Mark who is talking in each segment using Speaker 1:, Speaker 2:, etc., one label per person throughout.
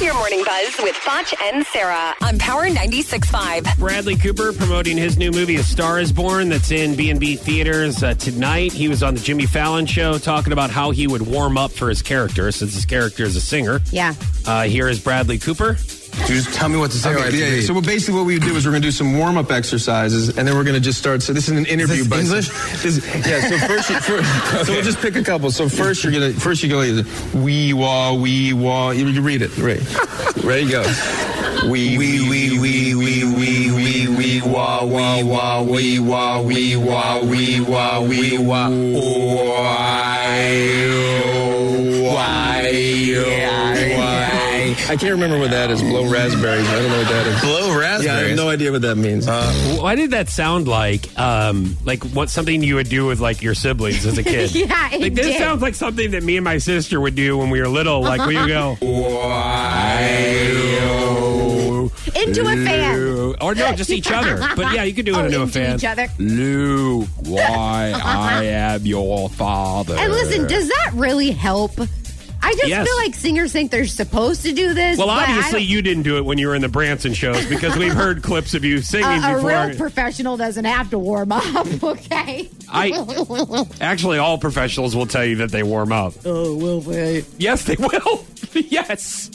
Speaker 1: Your morning buzz with Foch and Sarah on Power 96.5.
Speaker 2: Bradley Cooper promoting his new movie A Star Is Born that's in B&B theaters uh, tonight. He was on the Jimmy Fallon show talking about how he would warm up for his character since his character is a singer.
Speaker 3: Yeah.
Speaker 2: Uh, here is Bradley Cooper.
Speaker 4: Just tell me what to say.
Speaker 5: Okay, yeah, yeah. So what- basically, what we do is we're going to do some warm up exercises, and then we're going to just start. So this is an interview,
Speaker 4: this
Speaker 5: but
Speaker 4: English?
Speaker 5: This, yeah. So first, you, first so we'll just pick a couple. So first, you're gonna first you go like, we wah we wah. You, you read it right. Ready go. We we we we we we we we wah wah wah we wah we wah we wah we wah. Why why why? I can't remember what that is. Blow raspberries. I don't know what that is.
Speaker 4: Blow raspberries.
Speaker 5: Yeah, I have no idea what that means.
Speaker 2: Why did that sound like um, like what something you would do with like your siblings as a kid?
Speaker 3: Yeah, it
Speaker 2: like, this
Speaker 3: did.
Speaker 2: sounds like something that me and my sister would do when we were little. Like we would go
Speaker 3: Into a fan.
Speaker 2: or no, just each other. But yeah, you could do it
Speaker 3: Oh,
Speaker 2: into a
Speaker 3: into
Speaker 2: fan.
Speaker 3: each other.
Speaker 4: Luke, why I am your father.
Speaker 3: And listen, does that really help? I just
Speaker 2: Yes.
Speaker 3: feel like singers think they're supposed to do this.
Speaker 2: Well,
Speaker 3: but I
Speaker 2: obviously
Speaker 3: don't-
Speaker 2: you didn't do it when you were in the Branson shows because we've heard clips of you singing
Speaker 3: a, a
Speaker 2: before.
Speaker 3: real professional doesn't have to warm up, okay?
Speaker 2: I- Actually, all professionals will tell you that they warm up.
Speaker 3: oh, well, wait.
Speaker 2: Yes, they will. yes,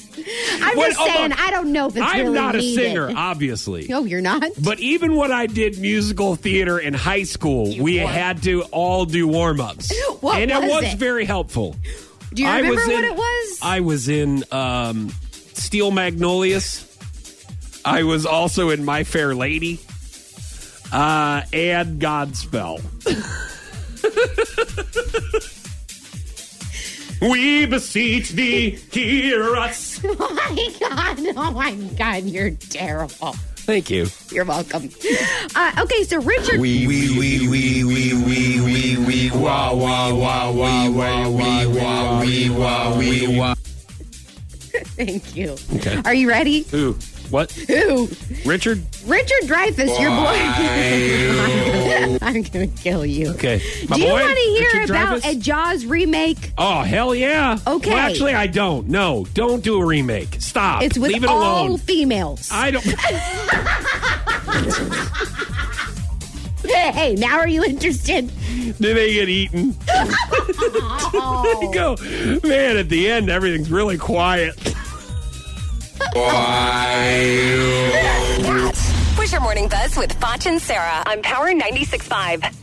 Speaker 3: I'm
Speaker 2: What-
Speaker 3: just
Speaker 2: oh,
Speaker 3: saying,
Speaker 2: look,
Speaker 3: I don't know if it's
Speaker 2: I'm
Speaker 3: really
Speaker 2: not a
Speaker 3: needed.
Speaker 2: singer, obviously.
Speaker 3: No, you're not.
Speaker 2: But even when I did musical theater in high school, we had to all do warm ups.
Speaker 3: What
Speaker 2: and it
Speaker 3: was
Speaker 2: was
Speaker 3: it?
Speaker 2: very helpful.
Speaker 3: Do you
Speaker 2: I
Speaker 3: remember
Speaker 2: was in-
Speaker 3: what it was?
Speaker 2: I was in um, Steel Magnolias. I was also in My Fair Lady uh, and Godspell. we beseech thee, hear us.
Speaker 3: oh, my God. Oh, my God. You're terrible.
Speaker 2: Thank you.
Speaker 3: You're welcome. Uh, okay, so Richard.
Speaker 5: We we we we we we we we wah wah wah wah wah wah wah we wah we wah.
Speaker 3: Thank you.
Speaker 2: Okay.
Speaker 3: Are you ready?
Speaker 2: Who? What?
Speaker 3: Who?
Speaker 2: Richard?
Speaker 3: Richard Dreyfus, your boy. I'm going to kill you.
Speaker 2: Okay. My
Speaker 3: Do you
Speaker 2: boy?
Speaker 3: want to hear
Speaker 2: Richard
Speaker 3: about
Speaker 2: Dreyfuss?
Speaker 3: a Jaws remake?
Speaker 2: Oh hell yeah!
Speaker 3: Okay.
Speaker 2: Well, actually, I don't. No, don't do a remake. Stop.
Speaker 3: It's with
Speaker 2: Leave it
Speaker 3: all
Speaker 2: alone.
Speaker 3: females.
Speaker 2: I don't.
Speaker 3: hey, hey, now are you interested?
Speaker 2: Do they get eaten? they go, man. At the end, everything's really quiet.
Speaker 1: That was your morning buzz with Foch and Sarah on Power 96.5.